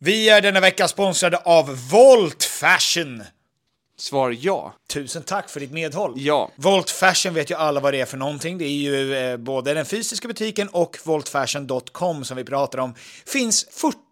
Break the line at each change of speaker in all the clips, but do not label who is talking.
Vi är denna vecka sponsrade av Volt Fashion.
Svar ja.
Tusen tack för ditt medhåll.
Ja.
Volt Fashion vet ju alla vad det är för någonting. Det är ju eh, både den fysiska butiken och voltfashion.com som vi pratar om. Finns 40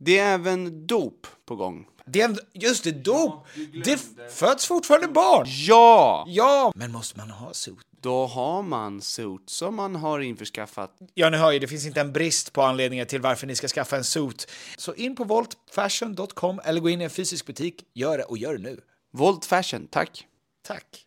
Det är även dop på gång.
Det är en, just det, dop! det f- föds fortfarande barn!
Ja!
Ja! Men måste man ha suits?
Då har man suits som man har införskaffat.
Ja, ni hör ju, det finns inte en brist på anledningar till varför ni ska skaffa en suit. Så in på voltfashion.com eller gå in i en fysisk butik. Gör det och gör det nu.
Volt fashion, tack.
Tack!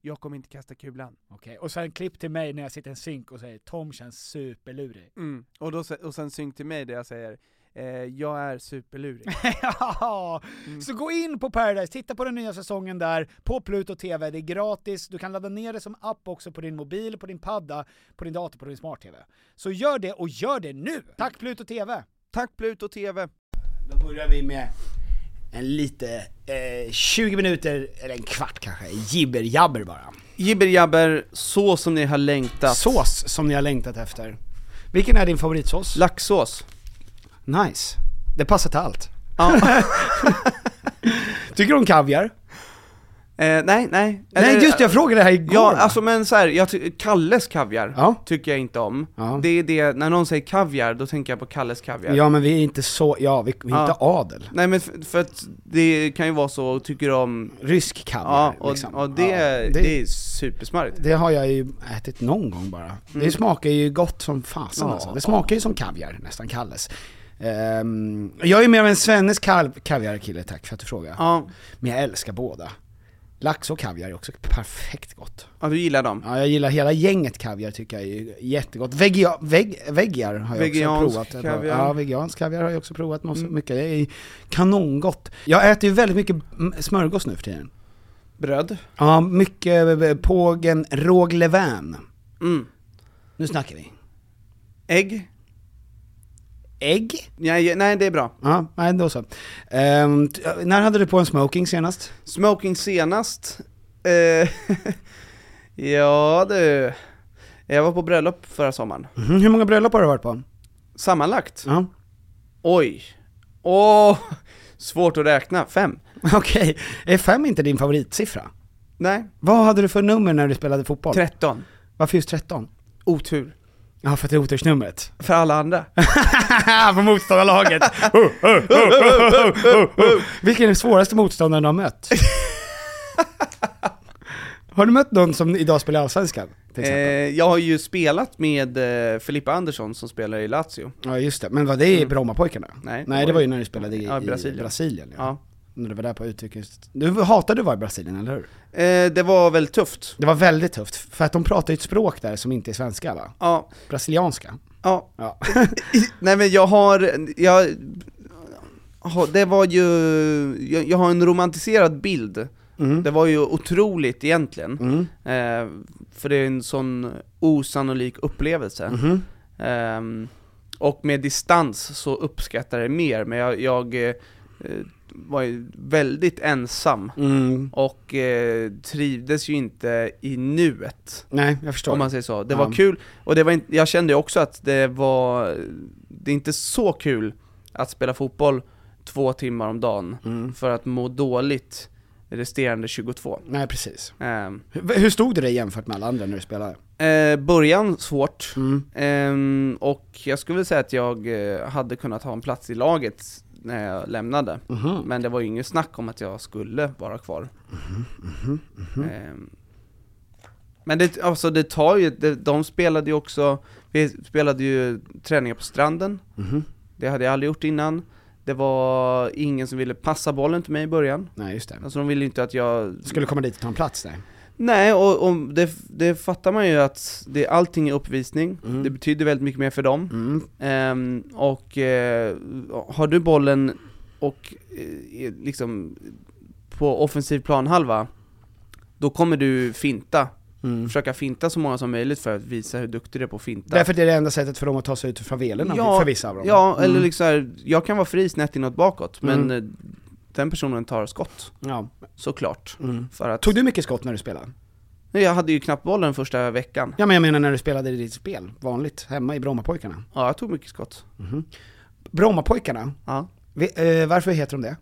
Jag kommer inte kasta kulan.
Okej, och sen klipp till mig när jag sitter i en synk och säger Tom känns superlurig.
Mm. Och, då, se- och sen synk till mig där jag säger, eh, jag är superlurig.
ja!
Mm.
Så gå in på Paradise, titta på den nya säsongen där, på Pluto TV, det är gratis, du kan ladda ner det som app också på din mobil, på din padda, på din dator, på din smart-TV. Så gör det, och gör det nu! Tack Pluto TV!
Tack Pluto TV!
Då börjar vi med en lite, eh, 20 minuter, eller en kvart kanske, jibber-jabber bara.
Jibberjabber, så som ni har längtat.
Sås som ni har längtat efter. Vilken är din favoritsås?
Laxsås.
nice. Det passar till allt.
Ja.
Tycker du om kaviar?
Eh, nej, nej.
Nej
Eller-
just det, jag frågade det här igår.
Ja,
va?
alltså men så här, jag ty- Kalles kaviar
Ja.
tycker jag inte om.
Ja.
Det är det, när någon säger kaviar, då tänker jag på Kalles kaviar.
ja men vi är inte så, ja vi, vi är
Ja.
inte adel.
Nej men för, för att det kan ju vara så, tycker om...
Rysk kaviar
Ja, och,
liksom.
och det,
Ja,
det...
det,
är supersmarrigt.
det har jag ju ätit någon gång bara. Det smakar ju gott som fasen
Mm. Ja.
alltså. Det smakar ju som kaviar, nästan Kalles. Ehm, jag är mer av en svennes kav- kaviarkille tack för att du frågar.
Ja,
Men jag älskar båda. Lax och kaviar är också perfekt gott.
ja, du gillar dem.
Ja, jag gillar hela gänget kaviar tycker jag är jättegott. Vegia, veg, vegiar har jag
Vegansk
också provat. ett par-
kaviar. Mm.
Ja, vegansk kaviar har jag också provat måste- mycket. Det är kanongott. Jag äter ju väldigt mycket mm, smörgås nu för tiden.
Bröd.
Ja, mycket eh, pågen Råg Levain.
Mm.
Nu snackar vi.
Ägg.
Ägg?
Nej, nej, det är bra.
Ja, nej då så. Ehm, t- när hade du på en smoking senast?
Smoking senast. Eh, ja du. Jag var på bröllop förra sommaren.
Mhm, Hur många bröllop har du varit på?
Sammanlagt.
Ja.
Oj. Åh. svårt att räkna. Fem.
Okej, är fem inte din favoritsiffra?
Nej.
Vad hade du för nummer när du spelade fotboll?
Tretton.
Varför just 13?
Otur.
Ja, för att det är otursnumret.
För alla andra.
På motståndarlaget! Oh, oh, oh, oh, oh, oh. Vilken är den svåraste motståndaren du har mött? Har du mött någon som idag spelar i Allsvenskan? Till
Eh,
exempel?
jag har ju spelat med eh, Filippa Andersson som spelar i Lazio.
Ja just det, men var det i Brommapojkarna?
Nej,
Mm. Nej det var ju när du spelade i,
Ja, i
Brasilien,
Brasilien.
i Brasilien ja.
Ja.
När du var där på utrikes... Du hatade att vara i Brasilien, eller hur?
Eh, det var väl tufft.
Det var väldigt tufft, för att de pratar ju ett språk där som inte är svenska va?
Ja.
Brasilianska?
Ja.
Ja.
Nej men jag har, jag, ha- det var ju, jag, jag har en romantiserad bild.
Mm.
Det var ju otroligt egentligen,
Mm.
eh, för det är en sån osannolik upplevelse.
Mhm.
Ehm, och med distans så uppskattar jag det mer, men jag, jag eh, eh, var ju väldigt ensam
Mm.
och eh, trivdes ju inte i nuet.
Nej, jag förstår.
Om man säger så. Det
Ja.
var kul, och det var inte, jag kände ju också att det var, det är inte så kul att spela fotboll två timmar om dagen
Mm.
för att må dåligt resterande 22.
Nej precis.
Ehm,
Hur, hur stod det dig jämfört med alla andra när du spelade?
Eh, början svårt,
Mm.
Ehm, och jag skulle vilja säga att jag eh, hade kunnat ha en plats i laget när jag lämnade.
Mhm.
Men det var ju inget snack om att jag skulle vara kvar.
mhm,
Ehm, Men det, alltså det tar ju, det, de spelade ju också, vi spelade ju träningar på stranden,
Mhm.
det hade jag aldrig gjort innan. Det var ingen som ville passa bollen till mig i början.
Nej just det.
Alltså de ville ju inte att jag...
Skulle komma dit och ta en plats där.
Nej, och, och det, det fattar man ju att det, allting är uppvisning,
Mm.
det betyder väldigt mycket mer för dem.
Mm.
Ehm, och eh, har du bollen och eh, är liksom på offensiv planhalva, då kommer du finta.
Mm.
Försöka finta så många som möjligt för att visa hur duktig du är på att finta.
Därför det är det enda sättet för dem att ta sig ut ur favelerna
Ja,
för vissa av dem.
Ja,
Mm.
eller liksom så här, jag kan vara fri snett inåt bakåt, men
Mm.
eh, den personen tar skott,
Ja.
såklart.
Mm.
För att,
Tog du mycket skott när du spelade?
Nej, jag hade ju knappt bollen första veckan.
Ja men jag menar när du spelade i ditt spel, vanligt, hemma i Brommapojkarna.
Ja, jag tog mycket skott.
Mhm. Brommapojkarna,
Ja.
vi, eh, varför heter de det?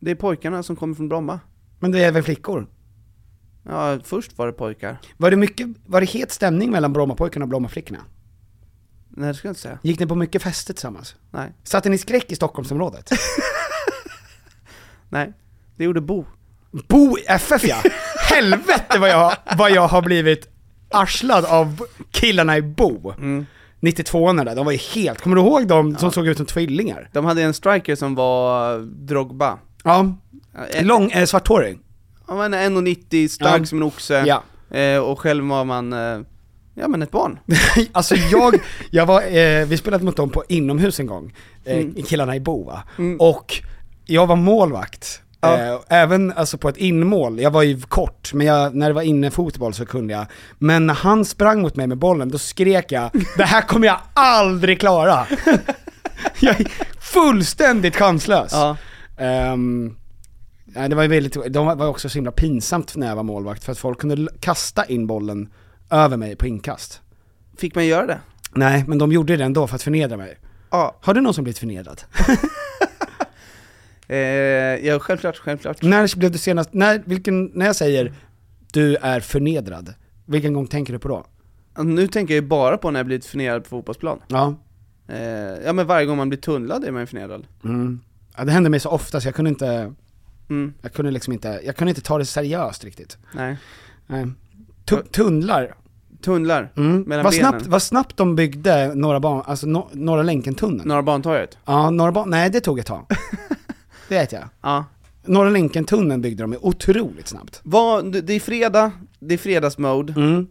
Det är pojkarna som kommer från Bromma.
Men det är väl flickor?
Ja, först var det pojkar.
Var det mycket, var det het stämning mellan Brommapojkarna och Brommaflickorna?
Nej, det ska jag inte säga.
Gick ni på mycket fester tillsammans?
Nej.
Satte ni skräck i Stockholmsområdet?
Nej, det gjorde Bo.
Bo i FF ja! Helvete vad jag, vad jag har blivit arslad av killarna i Bo. 92orna där, de var ju helt, kommer du ihåg de som såg ut som tvillingar?
De hade en striker som var Drogba.
Ja,
Eh,
lång, eh, svarthårig.
Han var en 1,90, stark
Ja.
som en oxe,
Ja.
eh, och själv var man, eh, ja men ett barn.
Alltså jag, jag var, eh, vi spelade mot dem på inomhus en gång, eh,
Mm.
killarna i Bo va? Och jag var målvakt.
Ja.
Eh, även alltså på ett inmål, jag var ju kort, men jag, när det var inne fotboll så kunde jag. Men när han sprang mot mig med bollen, då skrek jag 'Det här kommer jag aldrig klara!' jag är fullständigt chanslös.
Ja.
Ehm, nej, det var ju väldigt, de var också så himla pinsamt när jag var målvakt, för att folk kunde l- kasta in bollen över mig på inkast.
Fick man göra det?
Nej, men de gjorde det ändå för att förnedra mig.
Ja.
Har du någon som blivit förnedrad?
Eh, ja, självklart, självklart.
När blev du senast, när, vilken, när jag säger du är förnedrad, vilken gång tänker du på då?
Alltså, Nu tänker jag ju bara på när jag blivit förnedrad på fotbollsplan.
Ja.
Eh, ja men varje gång man blir tunnlad är man ju förnedrad.
Mm. ja, det hände mig så ofta så jag kunde inte,
Mm,
jag kunde liksom inte, jag kunde inte ta det seriöst riktigt.
nej.
Nej. Tu- tunnlar.
Tunnlar,
Mm.
Mellan
Vad
benen.
snabbt, vad snabbt de byggde Norra, ban, alltså no, norra Länken-tunneln.
Norra Bantorget.
Ja, Norra ban, nej det tog ett tag. det vet jag.
Ja.
Norra Länken-tunneln byggde de otroligt snabbt.
Vad, det är fredag, det är fredagsmode.
Mm.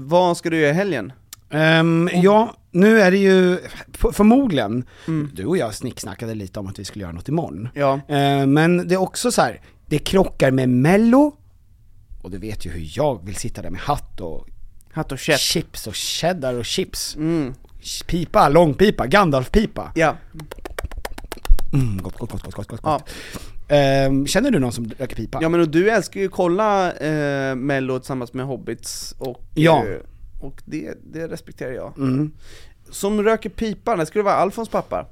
Eh, vad ska du göra i helgen?
Ehm, Ja, nu är det ju, f- förmodligen, du och jag snicksnackade lite om att vi skulle göra något imorgon.
Mm. Ja.
Eh, men det är också så här, det krockar med mello, och du vet ju hur jag vill sitta där med hatt och
Hatt och käpp.
chips och cheddar och chips.
Mm.
Pipa, långpipa, Gandalf-pipa.
Ja.
Mm, gott, gott, gott, gott, gott, gott.
Ja.
Ehm, känner du någon som röker pipa?
ja men och du älskar ju kolla eh, mello tillsammans med hobbits och...
Ja.
eh, och det, det respekterar jag.
Mm.
Som röker pipan, det skulle vara Alfons pappa.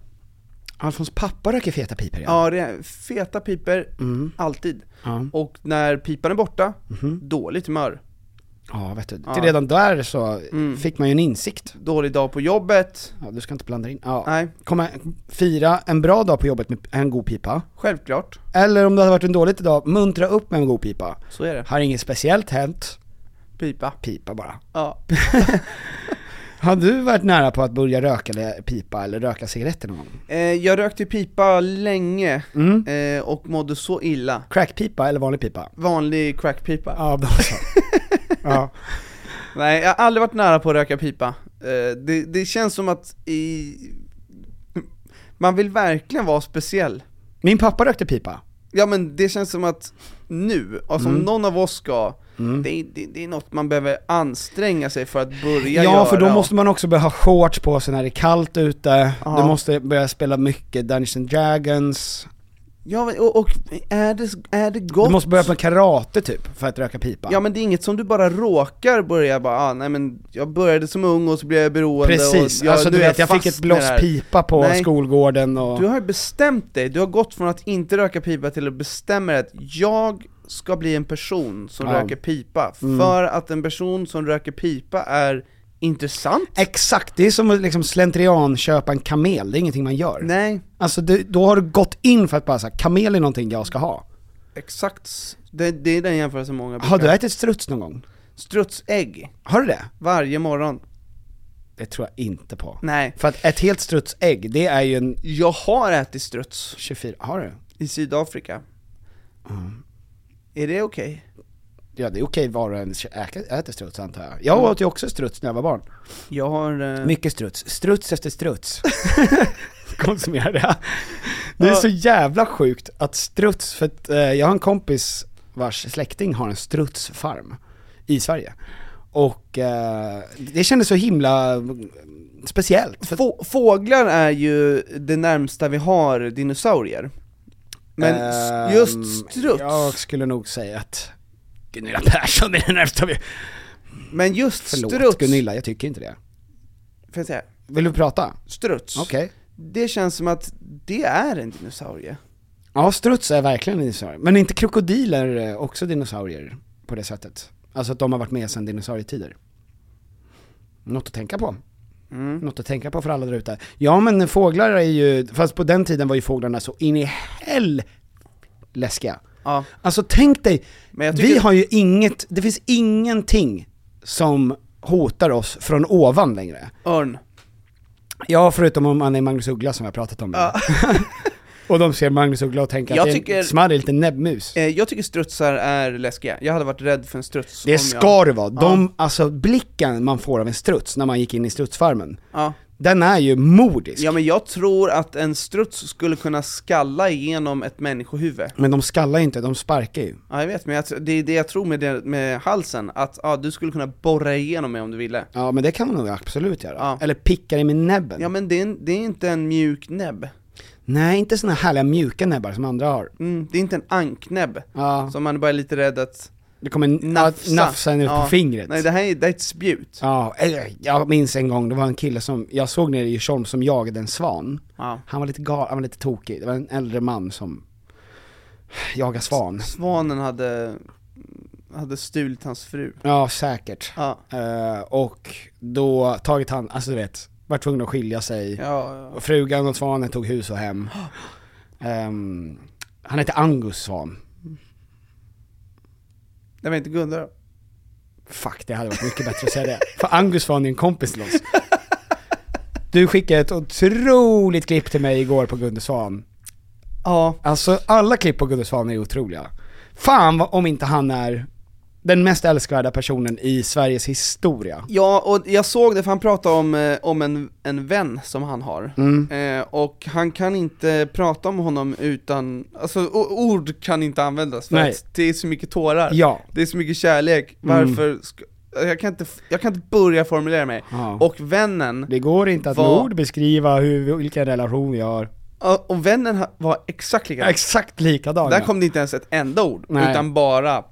Alfons pappa röker feta pipor ja. Mm.
Ja, det är feta pipor, alltid.
Ja. Mhm.
Och när pipan är borta, dåligt humör.
Ja, vet du.
Ja. Mm.
Det är Redan där så fick man ju en insikt.
Dålig dag på jobbet,
Ja, du ska inte blanda in. Ja.
nej,
Komma, fira en bra dag på jobbet med en god pipa.
självklart.
Eller om det hade varit en dålig dag, muntra upp med en god pipa.
Så är det.
Har inget speciellt hänt,
Pipa.
pipa bara.
Ja.
Har du varit nära på att börja röka eller pipa eller röka cigaretter någon gång?
Eh, jag rökte pipa länge
Mm.
eh, och mådde så illa.
Crackpipa eller vanlig pipa?
Vanlig crackpipa.
Ja, då så. ja.
Nej, jag har aldrig varit nära på att röka pipa. Eh, det, det känns som att i... Man vill verkligen vara speciell.
Min pappa rökte pipa.
Ja men det känns som att nu, alltså
Mm.
om någon av oss ska, det, är- det, det är något man behöver anstränga sig för att börja göra.
ja, för då måste man också börja ha shorts på sig när det är kallt ute,
Ja.
du måste börja spela mycket Dungeons and Dragons,
Ja, men- och, och är, det, är det gott?
du måste börja på karate typ, för att röka pipa.
Ja men det är inget som du bara råkar börja bara, ah, nej men jag började som ung och så blev jag beroende
Precis,
och jag,
alltså du
nu är
vet, jag fick
fast
ett
med det
blås
här.
pipa på
Nej.
skolgården och...
Du har ju bestämt dig, du har gått från att inte röka pipa till att bestämma dig att jag ska bli en person som
Ja. Mm.
röker pipa, för att en person som röker pipa är intressant.
Exakt, det är som att liksom slentrian köpa en kamel, det är ingenting man gör.
Nej,
Alltså du, då har du gått in för att bara säga kamel är någonting jag ska ha.
exakt. s- Det, det är den jämförelsen många brukar.
Har du ätit struts någon gång?
Strutsägg,
Har du det?
varje morgon.
Det tror jag inte på.
Nej.
För att ett helt strutsägg, det är ju en
Jag har ätit struts
24, har du?
i Sydafrika.
Mm.
Är det okej?
Ja det är okej var och en äka- äter struts antar jag.
Mm.
Jag åt ju också struts när jag var barn.
Jag har... eh,
Mycket struts, struts efter struts. Konsumera det. Det är så jävla sjukt att struts, för att eh, jag har en kompis vars släkting har en strutsfarm i Sverige. Och eh, det kändes så himla mm, speciellt. För,
Få, fåglar är ju det närmsta vi har dinosaurier. Men s-
Ehm,
just struts,
Jag skulle nog säga att Gunilla Persson är den närmsta vi...
men just
Förlåt
struts,
Gunilla, jag tycker inte det.
får jag säga,
Vill du prata?
struts,
Okej.
det känns som att det är en dinosaurie.
Ja, struts är verkligen en dinosaurie. Men är inte krokodiler eh, också dinosaurier på det sättet? Alltså att de har varit med sedan dinosaurietider. Något att tänka på.
Mm.
Något att tänka på för alla där ute. Ja men fåglar är ju, fast på den tiden var ju fåglarna så in i hell läskiga.
Ja.
Alltså tänk dig,
Men jag
vi
tycker-
har ju inget, det finns ingenting som hotar oss från ovan längre.
Örn.
Ja, förutom om man är Magnus Uggla som jag har pratat om. och de ser Magnus Uggla och tänker
Jag
att det är
tycker-
en smarrig liten näbbmus.
Eh, jag tycker strutsar är läskiga, jag hade varit rädd för en struts
Det
om
ska det vara. De, alltså blicken man får av en struts när man gick in i strutsfarmen,
jag... ja.
den är ju mordisk.
ja men jag tror att en struts skulle kunna skalla igenom ett människohuvud.
Men de skallar ju inte, de sparkar ju.
Ja jag vet, men jag, tr- det är det jag tror med, det, med halsen, att ja, du skulle kunna borra igenom mig om du ville.
Ja men det kan man nog absolut göra.
Ja.
Eller pickar i min näbben.
Ja men det är, en, det är inte en mjuk näbb.
Nej, inte såna härliga mjuka näbbar som andra har.
Mm, det är inte en anknäbb,
Ja,
som man bara är lite rädd att
det kommer nafsa,
nafsa.
nafsa ner
Ja.
på fingret.
Nej det här är, det här är ett spjut.
Ja, eller, jag minns en gång, det var en kille som, jag såg nere i Djursholm som jagade en svan.
Ja.
Han var lite gal, han var lite tokig, det var en äldre man som Jaga svan.
Svanen hade, hade stulit hans fru.
Ja, säkert.
Ja,
Eh, och då tagit han, alltså du vet, var tvungen att skilja sig.
ja, ja.
Och frugan och svanen tog hus och hem. Ehm, han hette Angus Svan.
Det var inte Gunnar då.
Fuck, det hade varit mycket bättre att säga det. För Angus Svan är en kompis till oss. Du skickade ett otroligt klipp till mig igår på Gunde Svan.
Ja,
Alltså alla klipp på Gunde Svan är otroliga. Fan vad- om inte han är den mest älskvärda personen i Sveriges historia.
Ja, och jag såg det för han pratade om, eh, om en, en vän som han har,
Mm.
eh, och han kan inte prata om honom utan, alltså o- ord kan inte användas för
Nej.
att det är så mycket tårar,
Ja. Mm.
det är så mycket kärlek, varför sk- jag, kan inte, f- jag kan inte börja formulera mig.
Ja.
Och vännen,
Det går inte att
Vad-
med ord beskriva hur, vilken relation vi har.
och och vännen ha- var exakt likadan.
Exakt likadan.
Där
ja.
kom det inte ens ett enda ord,
Nej.
utan bara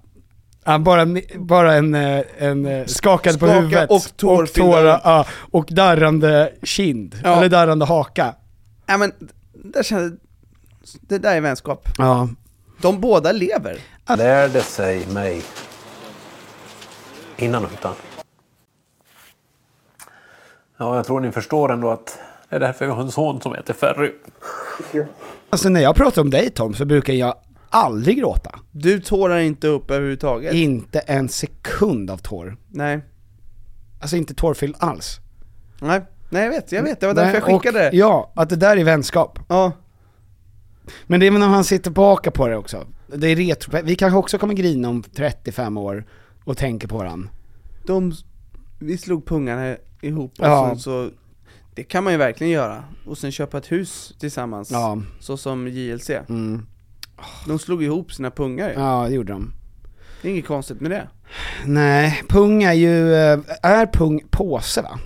Ja, bara, bara en, eh, en eh, skakad på
Skaka
huvudet.
och tårfyllda ögon.
ja, och darrande kind.
Ja.
Eller darrande haka.
ja men, där kände, det där är vänskap.
Ja.
De båda lever.
lärde sig mig innan utan. Ja, jag tror ni förstår ändå att det är därför vi har en son som heter Ferry.
Alltså när jag pratar om dig Tom så brukar jag aldrig gråta.
Du tårar inte upp överhuvudtaget.
Inte en sekund av tår.
Nej.
Alltså inte tårfylld alls.
Nej, nej jag vet, jag vet, det var därför jag
Nej,
skickade
och,
det.
Ja, att det där är vänskap.
Ja,
Men det är väl när han sitter tillbaka på det också. Det är retro. Vi kanske också kommer grina om 35 år och tänker på varandra.
de, vi slog pungarna ihop och
Ja.
sen så, det kan man ju verkligen göra. Och sen köpa ett hus tillsammans,
Ja.
så som JLC. De slog ihop sina pungar ju.
Ja, det gjorde de.
det är inget konstigt med det.
Nej, pung är ju, eh, är pung påse va?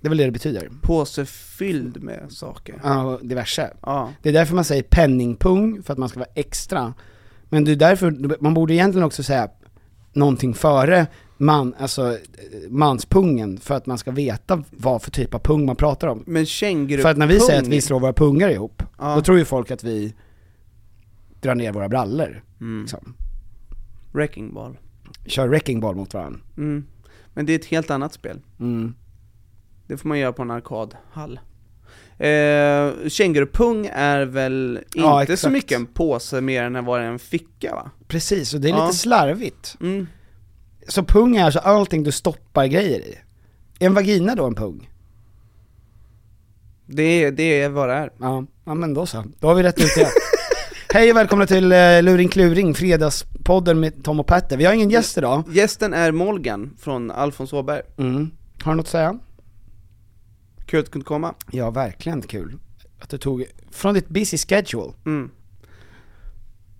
Det är väl det det betyder?
Påse fylld med saker.
Ja, och diverse.
Ja,
Det är därför man säger penningpung, för att man ska vara extra. Men det är därför, man borde egentligen också säga någonting före man, alltså eh, manspungen, för att man ska veta vad för typ av pung man pratar om.
men kängurupung.
För att när vi säger att vi slår våra pungar ihop,
Ja.
då tror ju folk att vi drar ner våra brallor.
Mm.
Liksom.
Wrecking ball.
Kör wrecking ball mot varandra.
Mm. Men det är ett helt annat spel.
Mm.
Det får man göra på en arkadhall. Eh, kängurupung är väl
Ja,
inte så
exakt.
mycket en påse mer än vad det är en ficka va?
Precis, och det är
Ja.
lite slarvigt.
Mm.
Så pung är alltså allting du stoppar grejer i? Är en vagina då en pung?
Det, är, det är vad det är.
Ja, ja men då så. Då har vi rätt ut det. Hej och välkomna till eh, Luring Kluring, fredagspodden med Tom och Petter. Vi har ingen gäst idag.
Gästen är Molgan från Alfons Åberg.
Har du något att säga?
Kul att du kunde komma.
Ja, verkligen kul. Att du tog, från ditt busy schedule.
Mm.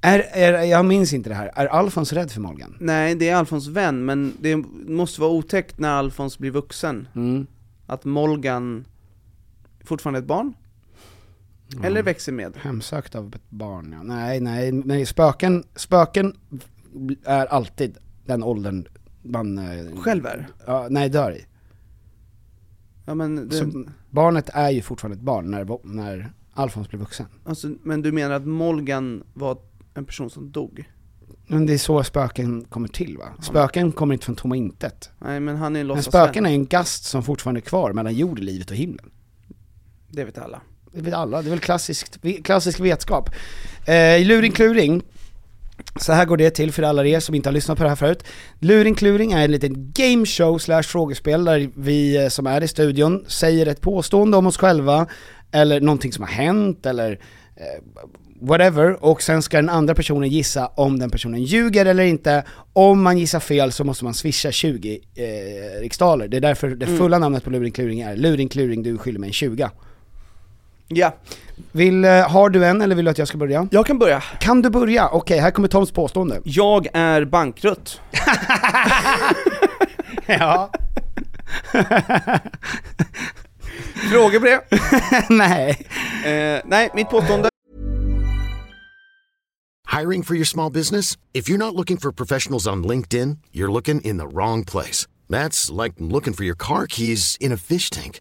Är, är, jag minns inte det här, är Alfons rädd för Morgan?
Nej, det är Alfons vän, men det måste vara otäckt när Alfons blir vuxen.
Mm.
Att Molgan fortfarande är ett barn. Eller växer med.
Hemsökt av ett barn ja. Nej, nej, nej spöken, spöken är alltid den åldern man... eh,
Själv är.
Ja, nej, dör i.
Ja, men, det,
Så barnet är ju fortfarande ett barn när, när Alfons blir vuxen.
alltså, men du menar att Molgan var en person som dog?
Men det är så spöken kommer till va? Spöken kommer inte från tomma intet.
Nej, men han är en
Men
låtsasvän.
spöken är en gast som fortfarande är kvar mellan jordlivet och himlen.
Det vet alla.
Det vet alla, det är väl klassiskt, klassisk vetskap. Eh, luring kluring, så här går det till för alla er som inte har lyssnat på det här förut. Luring kluring är en liten gameshow slash frågespel där vi eh, som är i studion säger ett påstående om oss själva, eller någonting som har hänt, eller eh, whatever, och sen ska den andra personen gissa om den personen ljuger eller inte. Om man gissar fel så måste man swisha 20 eh, riksdaler. Det är därför det fulla namnet på Luring kluring är Luring kluring, du skyller mig en 20.
Ja,
Vill, eh, har du en eller vill du att jag ska börja?
jag kan börja.
Kan du börja? Okej, här kommer Toms påstående.
Jag är bankrutt.
Ja.
Frågor på det?
Nej.
Eh, nej, mitt påstående.
Hiring for your small business? If you're not looking for professionals on LinkedIn, you're looking in the wrong place. That's like looking for your car keys in a fish tank.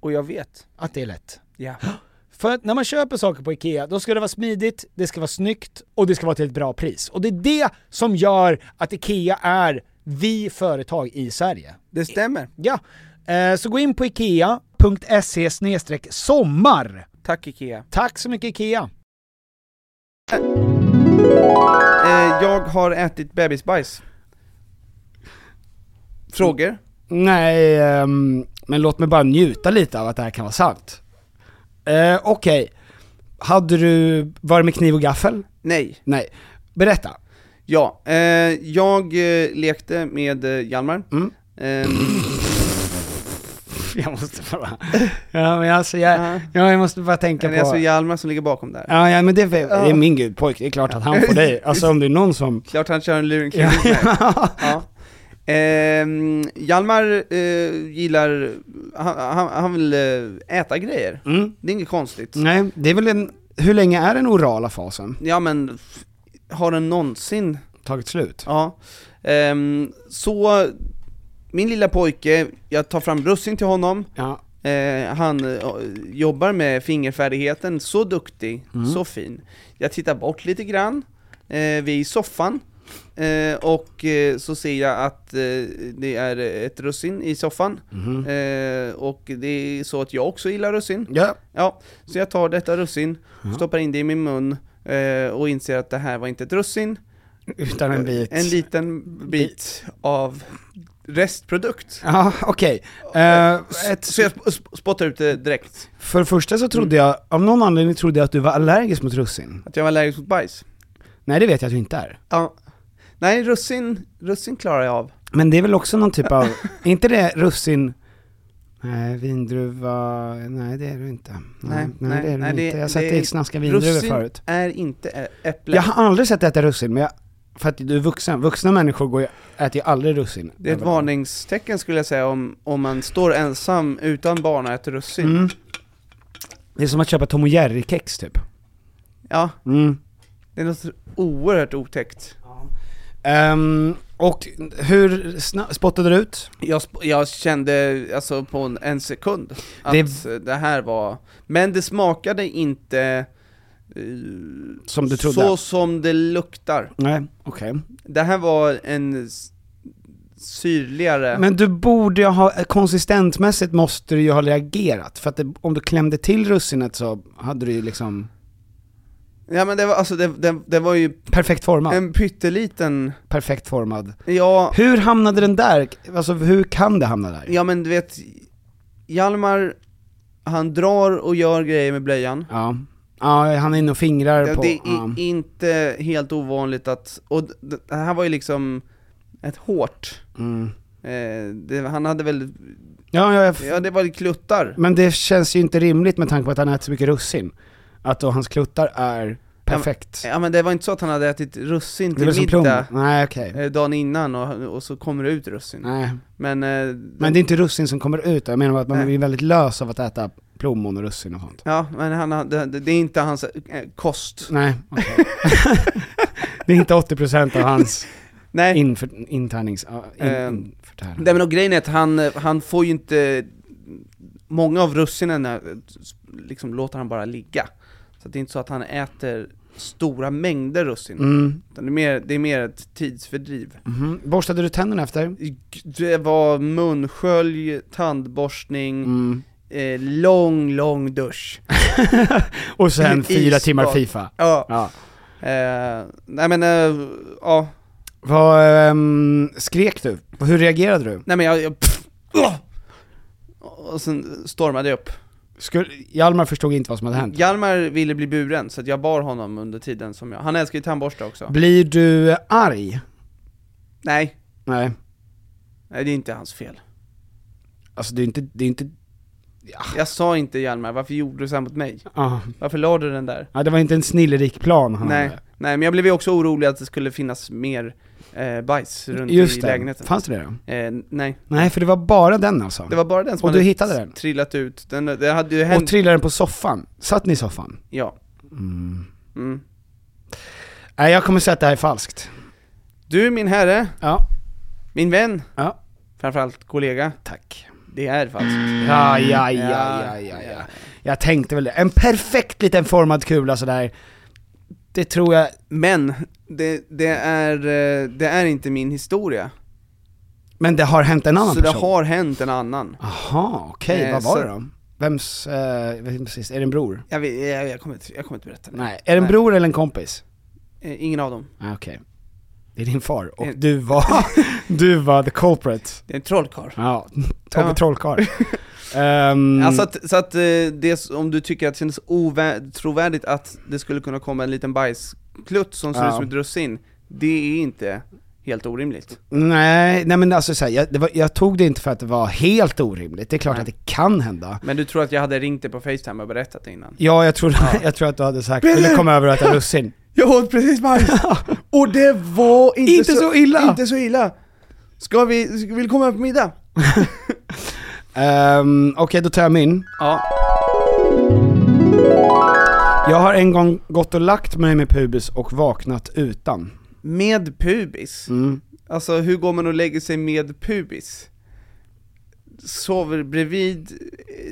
Och jag vet.
Att det är lätt.
Ja.
För att när man köper saker på IKEA, då ska det vara smidigt, det ska vara snyggt och det ska vara till ett bra pris. Och det är det som gör att IKEA är vi företag i Sverige.
Det stämmer.
Ja, eh, så gå in på IKEA.se sommar.
Tack IKEA.
Tack så mycket IKEA!
Eh, jag har ätit bebisbajs. Frågor?
Nej, ehm, men låt mig bara njuta lite av att det här kan vara sant. Eh, Okej, hade du, var det med kniv och gaffel?
Nej.
Nej. Berätta.
Ja, eh, jag eh, lekte med eh, Hjalmar.
Mm.
Eh,
Jag måste bara, ja men alltså jag, ja, jag måste bara tänka
det är alltså
på...
Hjalmar som ligger bakom där.
Ja, ja men det, är- det är min gudpojk, det är klart att han får dig. Alltså om det är någon som...
Klart han kör en luring kring mig. Ja. Ehm, Hjalmar eh, gillar, han, han, han vill eh, äta grejer.
Mm.
Det är inget konstigt.
Nej, det är väl en, hur länge är den orala fasen?
Ja men, f- har den någonsin
Tagit slut?
Ja. Ehm, så, min lilla pojke, jag tar fram russin till honom,
Ja.
Eh, han eh, jobbar med fingerfärdigheten, så duktig,
Mm.
så fin. Jag tittar bort lite grann, eh, vi är i soffan, eh, och eh, så ser jag att eh, det är ett russin i soffan,
Mhm.
eh, och det är så att jag också gillar russin.
Ja.
Ja, så jag tar detta russin,
Mm.
stoppar in det i min mun, eh, och inser att det här var inte ett russin,
Utan en bit.
en liten bit av restprodukt.
Ja, okej. Eh, ett-
Så jag sp- sp- spottar ut det direkt.
för det första så trodde jag, av någon anledning trodde jag att du var allergisk mot russin.
Att jag var allergisk mot bajs.
Nej det vet jag att du inte är.
Ja. Nej, russin, russin klarar jag av.
Men det är väl också någon typ av, är inte det russin, nej vindruva, nej det är du inte.
Nej,
nej,
nej,
det är du
nej,
inte.
det-
jag har sett
det-
dig snaska vindruvor
russin
förut.
är inte ä- äpple.
Jag har aldrig sett dig äta russin, men jag, för att du är vuxen. Vuxna människor går ju, äter ju aldrig russin.
Det är ett
Överlag.
varningstecken skulle jag säga om, om man står ensam utan barn och äter russin.
Mm. Det är som att köpa Tom och Jerry-kex typ.
Ja,
Mm.
det är något oerhört otäckt.
Ehm, och hur sna- spottade du ut?
Jag, sp- jag kände alltså på en, en sekund att det...
Det-
här var... Men det smakade inte
Som du trodde?
så som det luktar.
Nej, okej.
Det här var en s- syrligare...
Men du borde ju ha, konsistensmässigt måste du ju ha reagerat. För att det, om du klämde till russinet så hade du ju liksom...
Ja men det var, alltså det, det, det var ju...
Perfekt formad.
En pytteliten...
Perfekt formad.
Ja...
Hur hamnade den där? Alltså hur kan det hamna där?
Ja men du vet, Hjalmar, han drar och gör grejer med blöjan.
Ja. Ja, han är inne och fingrar
Ja,
på...
det är
ja.
inte helt ovanligt att, och d- det här var ju liksom ett hårt,
Mm.
eh, det, han hade väl,
Ja, ja, jag f-
ja det var ju kluttar.
Men det känns ju inte rimligt med tanke på att han äter så mycket russin. Att då hans kluttar är perfekt.
Ja men det var inte så att han hade ätit russin
Det är
till
väl som plom.
middag
Nej, okej.
eh, dagen innan och, och så kommer det ut russin.
Nej.
Men, eh,
Men det är inte russin som kommer ut, jag menar bara att man
Nej.
blir väldigt lös av att äta plommon och russin och sånt.
ja, men han, hade- det, det är inte hans eh, kost.
Nej, okej. det är inte 80% av hans
Nej.
Inför, internings... ja, In,
Eh,
införtärning.
Nej men och grejen är att han, eh, han får ju inte, många av russinen eh, s- liksom låter han bara ligga. Så det är inte så att han äter stora mängder russin.
Mm.
Utan det, är mer, det är mer ett tidsfördriv.
Mhm. Borstade du tänderna
Mm.
efter?
Det var munskölj, tandborstning,
Mm.
eh, lång, lång dusch.
Och sen
I-
fyra timmar
isbad.
FIFA.
Ja.
Ja.
Eh, nej men, eh, ja.
Vad, ehm, skrek du? Hur reagerade du?
Nej men jag, jag pff, åh! Och sen stormade jag upp.
Skulle, Hjalmar förstod inte vad som hade hänt.
Hjalmar ville bli buren, så att jag bar honom under tiden som jag, han älskar ju tandborste också.
Blir du arg?
nej,
Nej.
nej det är inte hans fel.
Alltså det är inte, det är inte,
Jag sa inte Hjalmar, varför gjorde du så här mot mig?
ah.
Varför la du den där?
ja, det var inte en snillerik plan han
Nej,
hade.
nej, men jag blev ju också orolig att det skulle finnas mer eh, bajs runt
Just
i
det.
lägenheten.
Fanns det det då?
Eh, nej,
Nej, för det var bara den alltså.
det var bara den som
Och du
hade
hittade den?
trillat ut. Den, det hade ju
Och
hänt.
trillade den på soffan? Satt ni i soffan?
ja.
Mm.
Mm.
Nej, jag kommer säga att det här är falskt.
Du min herre,
Ja.
min vän,
Ja.
framförallt kollega.
Tack.
Det är falskt.
Ja, ja, ja, Mm. ja, ja, ja. Jag tänkte väl det. En perfekt liten formad kula sådär. Det tror jag,
Men, det, det, är, eh, det är inte min historia.
men det har hänt en annan
Så det
person.
har hänt en annan.
Jaha, okej,
Eh,
vad var
så-
det då? Vems, eh, vems, är det en bror?
Jag, vet, jag, jag, kommer, inte, jag kommer inte berätta det.
Nej, är det en bror eller en kompis?
Eh, ingen av dem.
Ah, okej. Det är din far, och
Eh.
du var, du var the culprit.
Det är en trollkarl.
Ja, Tobbe
Ja.
Trollkarl. Ehm,
Alltså att, så att eh, det, s- om du tycker att det känns ovä- trovärdigt att det skulle kunna komma en liten bajsklutt som ser
Ja.
ut som ett russin, det är inte helt orimligt.
Nej, nej men alltså så här, jag, det var, jag tog det inte för att det var helt orimligt, det är klart att det kan hända.
Men du tror att jag hade ringt dig på facetime och berättat det innan?
Ja, jag tror, jag tror att du hade sagt,
Brille!
vill du komma över och äta russin?
Jag åt precis bajs! och det var inte,
Inte så illa!
Inte så illa! Ska vi, ska- vill du komma på middag?
Ehm, Okej, då tar jag min.
Ja,
Jag har en gång gått och lagt mig med pubis och vaknat utan.
med pubis.
Mm.
Alltså hur går man och lägger sig med pubis? Sover bredvid,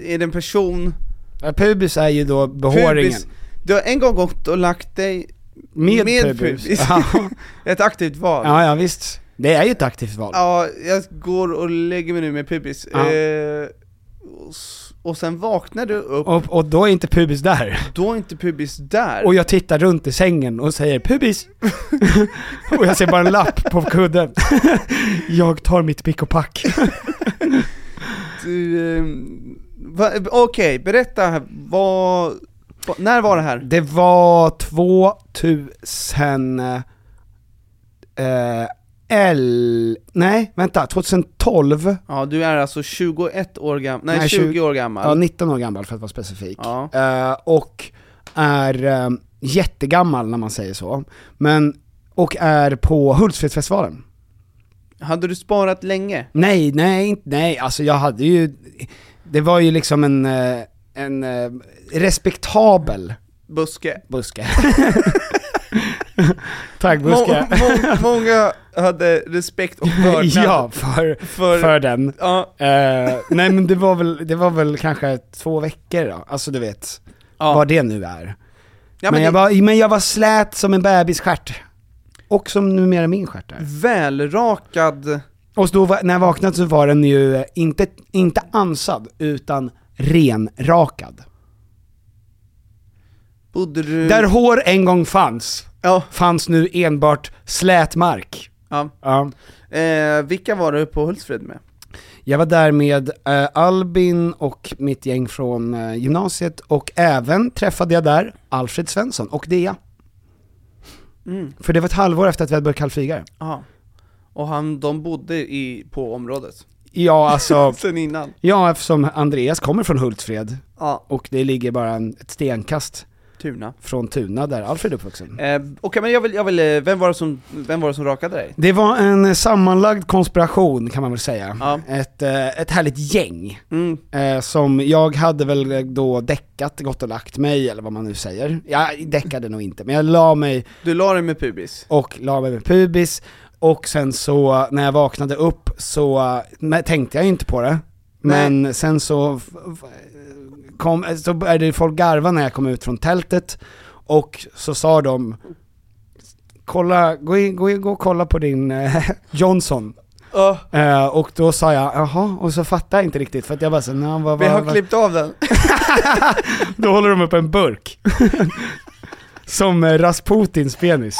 är det en person?
Ja, Pubis är ju då behåringen.
Pubis. Du har en gång gått och lagt dig
Med,
med
pubis.
pubis.
Ja.
Ett aktivt val. Ja.
ja, ja visst. Det är ju ett aktivt val.
jag går och lägger mig nu med pubis.
Ja.
Eh, och, s- och sen vaknar du upp,
Och, och då är inte pubis där.
då är inte pubis där.
Och jag tittar runt i sängen och säger pubis! och jag ser bara en lapp på kudden. jag tar mitt pick och pack.
Du, eh, va- Okej, berätta här, vad, vad- när var det här?
Det var 2000... Eh, L... Nej, vänta. 2012.
Ja, du är alltså 21 år gammal, nej,
Nej,
20,
20
år
Ja,
gammal.
19 år gammal för att vara specifik.
Ja.
Eh, och är eh, jättegammal när man säger så. Men, och är på Hultsfredsfestivalen.
Hade du sparat länge?
Nej, nej, inte, nej, alltså jag hade ju, det var ju liksom en, eh, en eh, respektabel
Buske?
buske. Tack buske.
Må, må, många hade respekt och vördnad
ja, för,
för,
för den.
ja,
Eh, nej men det var, väl, det var väl kanske två veckor då, alltså du vet,
ja.
vad det nu är.
Ja,
men,
men
jag
det-
var, men jag var slät som en bebisstjärt. Och som numera min stjärt är.
Välrakad.
Och så då, va- när jag vaknade så var den ju eh, inte, inte ansad, utan renrakad.
Mm. Bodde du...
Där hår en gång fanns, fanns nu enbart slät mark.
Ja. Eh, vilka var du på Hultsfred med?
Jag var där med eh, Albin och mitt gäng från eh, gymnasiet och även träffade jag där Alfred Svensson och Dea.
Mm.
För det var ett halvår efter att vi hade börjat kallfrigare.
Aha. Och han, de bodde i, på området?
Ja, alltså...
Sen innan?
Ja, eftersom Andreas kommer från Hultsfred.
Ja.
Och det ligger bara en, ett stenkast
Tuna.
från Tuna där Alfred är uppvuxen.
Eh, Okej men jag vill, jag vill, eh, vem var det som, vem var det som rakade dig?
Det var en sammanlagd konspiration kan man väl säga. Ett, eh, ett härligt gäng. Eh, Som jag hade väl eh, då däckat, gått och lagt mig eller vad man nu säger. Jag däckade nog inte, men jag la mig
Du la dig med pubis?
och la mig med pubis. Och sen så när jag vaknade upp så eh, men tänkte jag ju inte på det. Men sen så f- f- kom, så började folk garva när jag kom ut från tältet. Och så sa de, kolla, gå, in, gå, in, gå och kolla på din eh, Johnson. Eh, och då sa jag, jaha, och så fattade jag inte riktigt för att jag bara så, nah, vad,
Vi
vad,
har
vad,
klippt av den.
då håller de upp en burk. Som eh, Rasputins penis.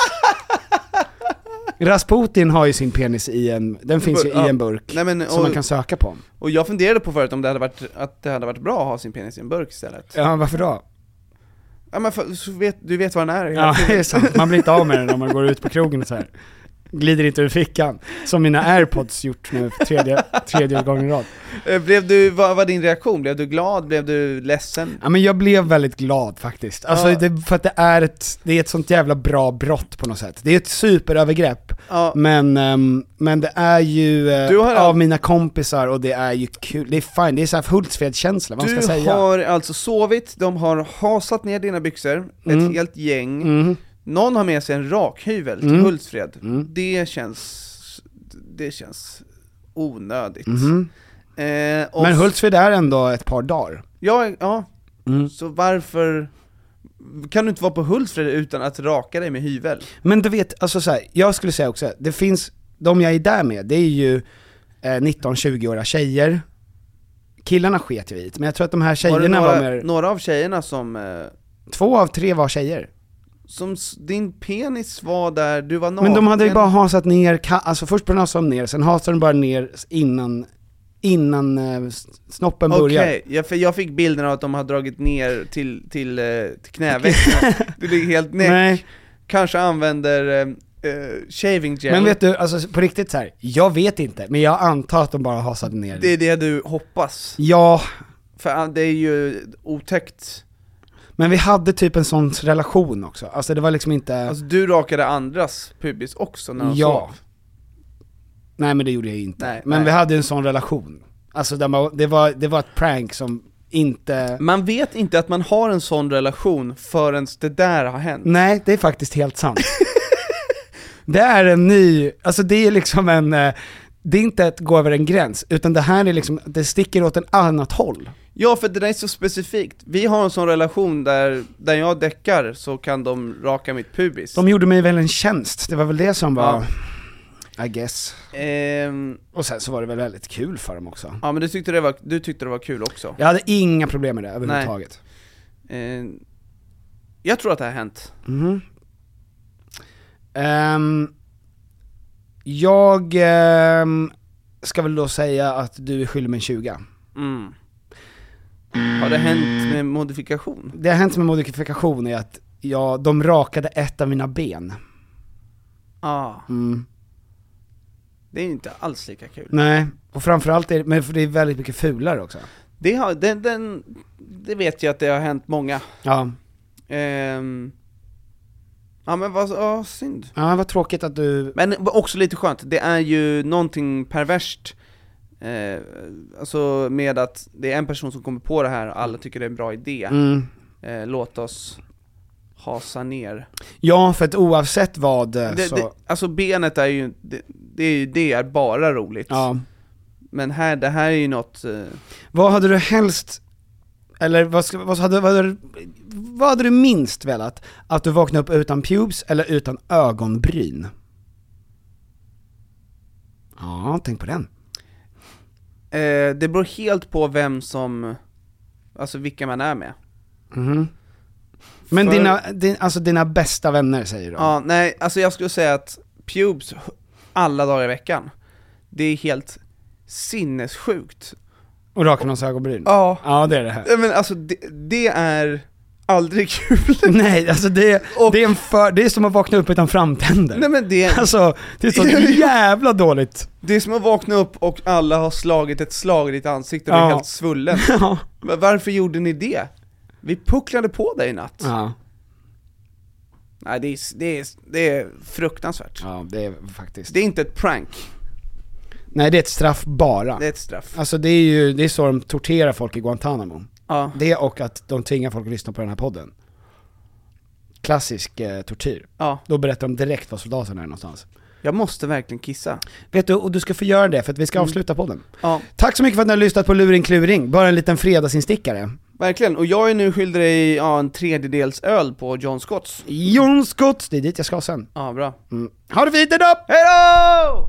Rasputin har ju sin penis i en, den finns ju
Bur- ja.
i en burk.
Nej, men,
som
och-
man kan söka på.
Och jag funderade på förut om det hade varit, att det hade varit bra att ha sin penis i en burk istället.
Ja, varför då?
Ja men för, så vet, du vet vad den är hela
Ja, det är
tiden.
sant. Man blir inte av med den när man går ut på krogen och så här. Glider inte ur fickan. Som mina airpods gjort nu för tredje, tredje gången i rad.
Eh, Blev du, vad var din reaktion? Blev du glad? Blev du ledsen?
Ja men jag blev väldigt glad faktiskt. Alltså
Ja.
det, för att det är, ett, det är ett sånt jävla bra brott på något sätt. Det är ett superövergrepp,
Ja.
men, ehm, men det är ju eh,
Du har
av
all-
mina kompisar och det är ju kul, det är fine, det är såhär Hultsfredskänsla, vad man
Du
ska säga.
har alltså sovit, de har hasat ner dina byxor,
Mm.
ett helt gäng,
Mm.
någon har med sig en rakhyvel till
Mm.
Hultsfred. Det känns, det känns onödigt.
Mhm.
Eh, och
Men
s-
Hultsfred är ändå ett par dagar.
Ja, ja.
Mm.
Så varför kan du inte vara på Hultsfred utan att raka dig med hyvel?
Men du vet, alltså så här, jag skulle säga också, det finns, de jag är där med, det är ju eh, 19-20-åriga tjejer. Killarna sket ju i det, men jag tror att de här
var det
tjejerna
några,
var, mer,
några av tjejerna som, eh,
två av tre var tjejer.
som s- din penis var där, du var naken?
Men de hade ju bara hasat ner, ka- alltså först började de hasa ner, sen hasade de bara ner innan, innan eh, s- snoppen började.
Okej, jag, för jag fick bilden av att de har dragit ner till, till, eh, till knävecken, du ligger helt näck,
Nej.
kanske använder eh, eh, shaving gel
Men vet du, alltså på riktigt så här, jag vet inte, men jag antar att de bara hasade ner.
Det är det du hoppas,
Ja,
för ah, det är ju otäckt
men vi hade typ en sån relation också, alltså det var liksom inte,
Alltså du rakade andras pubis också när de
Ja.
sov?
nej men det gjorde jag ju inte.
Nej,
men
nej.
vi hade en sån relation. Alltså där man, det, var, det var ett prank som inte,
Man vet inte att man har en sån relation förrän det där har hänt
nej det är faktiskt helt sant. Det är en ny, alltså det är liksom en, eh, det är inte att gå över en gräns, utan det här är liksom, det sticker åt ett annat håll.
Ja för det där är så specifikt, vi har en sån relation där, där jag däckar så kan de raka mitt pubis
De gjorde mig väl en tjänst, det var väl det som var, I guess.
Ehm,
Och sen så var det väl väldigt kul för dem också.
Ja men du tyckte det var, du tyckte det var kul också?
Jag hade inga problem med det överhuvudtaget.
Ehm, jag tror att det har hänt.
Mhm. Ehm, jag ehm, ska väl då säga att du är skyldig mig en 20.
Mm. Har det hänt med modifikation?
Det har hänt med modifikation är att jag, de rakade ett av mina ben.
Ja, ah,
Mm.
det är ju inte alls lika kul.
Nej, och framförallt är det, men för det är väldigt mycket fulare också.
Det, har, den, den, det vet jag att det har hänt många.
Ja.
Ehm, ja men vad, ja synd.
Ja, vad tråkigt att du...
Men också lite skönt, det är ju någonting perverst eh, Alltså med att det är en person som kommer på det här och alla tycker det är en bra idé
Mm.
eh, Låt oss hasa ner
Ja, för att oavsett vad eh,
det,
så...
det, Alltså benet är ju, det, det, är ju- det är bara roligt
Ja.
Men här, det här är ju något eh,
Vad hade du helst, eller vad, ska, vad, hade, vad, hade, du- vad hade du minst velat? Att du vaknade upp utan pubes eller utan ögonbryn? Ja, tänk på den.
Eh, det beror helt på vem som, alltså vilka man är med.
Mhm. Men
För-
dina, din, alltså dina bästa vänner säger du?
Ja, nej, alltså jag skulle säga att pubes alla dagar i veckan, det är helt sinnessjukt.
Och rakar någons ögonbryn?
Ja.
Ja, det är det här.
Nej, Men alltså det, det är aldrig kul.
Nej, alltså det, det, är en för, det är som att vakna upp utan framtänder.
Nej men det är,
Alltså, det är så jävla dåligt.
det är som att vakna upp och alla har slagit ett slag i ditt ansikte och är
Ja.
helt svullen.
Ja.
Men Varför gjorde ni det? Vi pucklade på dig i natt.
Ja.
Nej det är, det, är, det är fruktansvärt.
Ja, det är faktiskt.
Det är inte ett prank,
Nej, det är ett straff bara.
det är ett straff.
Alltså det är ju, det är så de torterar folk i Guantanamo.
Ja.
Det och att de tvingar folk att lyssna på den här podden. Klassisk eh, tortyr.
Ja.
Då berättar de direkt var soldaterna är någonstans.
Jag måste verkligen kissa.
Vet du, och du ska få göra det för att vi ska
Mm.
avsluta podden.
Ja.
Tack så mycket för att ni har lyssnat på Luring Kluring, bara en liten fredagsinstickare.
Verkligen, och jag är nu skyldig dig ja, en tredjedels öl på John Scotts.
Jon Scott, det är dit jag ska sen.
Ja, bra.
Mm. Ha det fint idag!
Hejdå!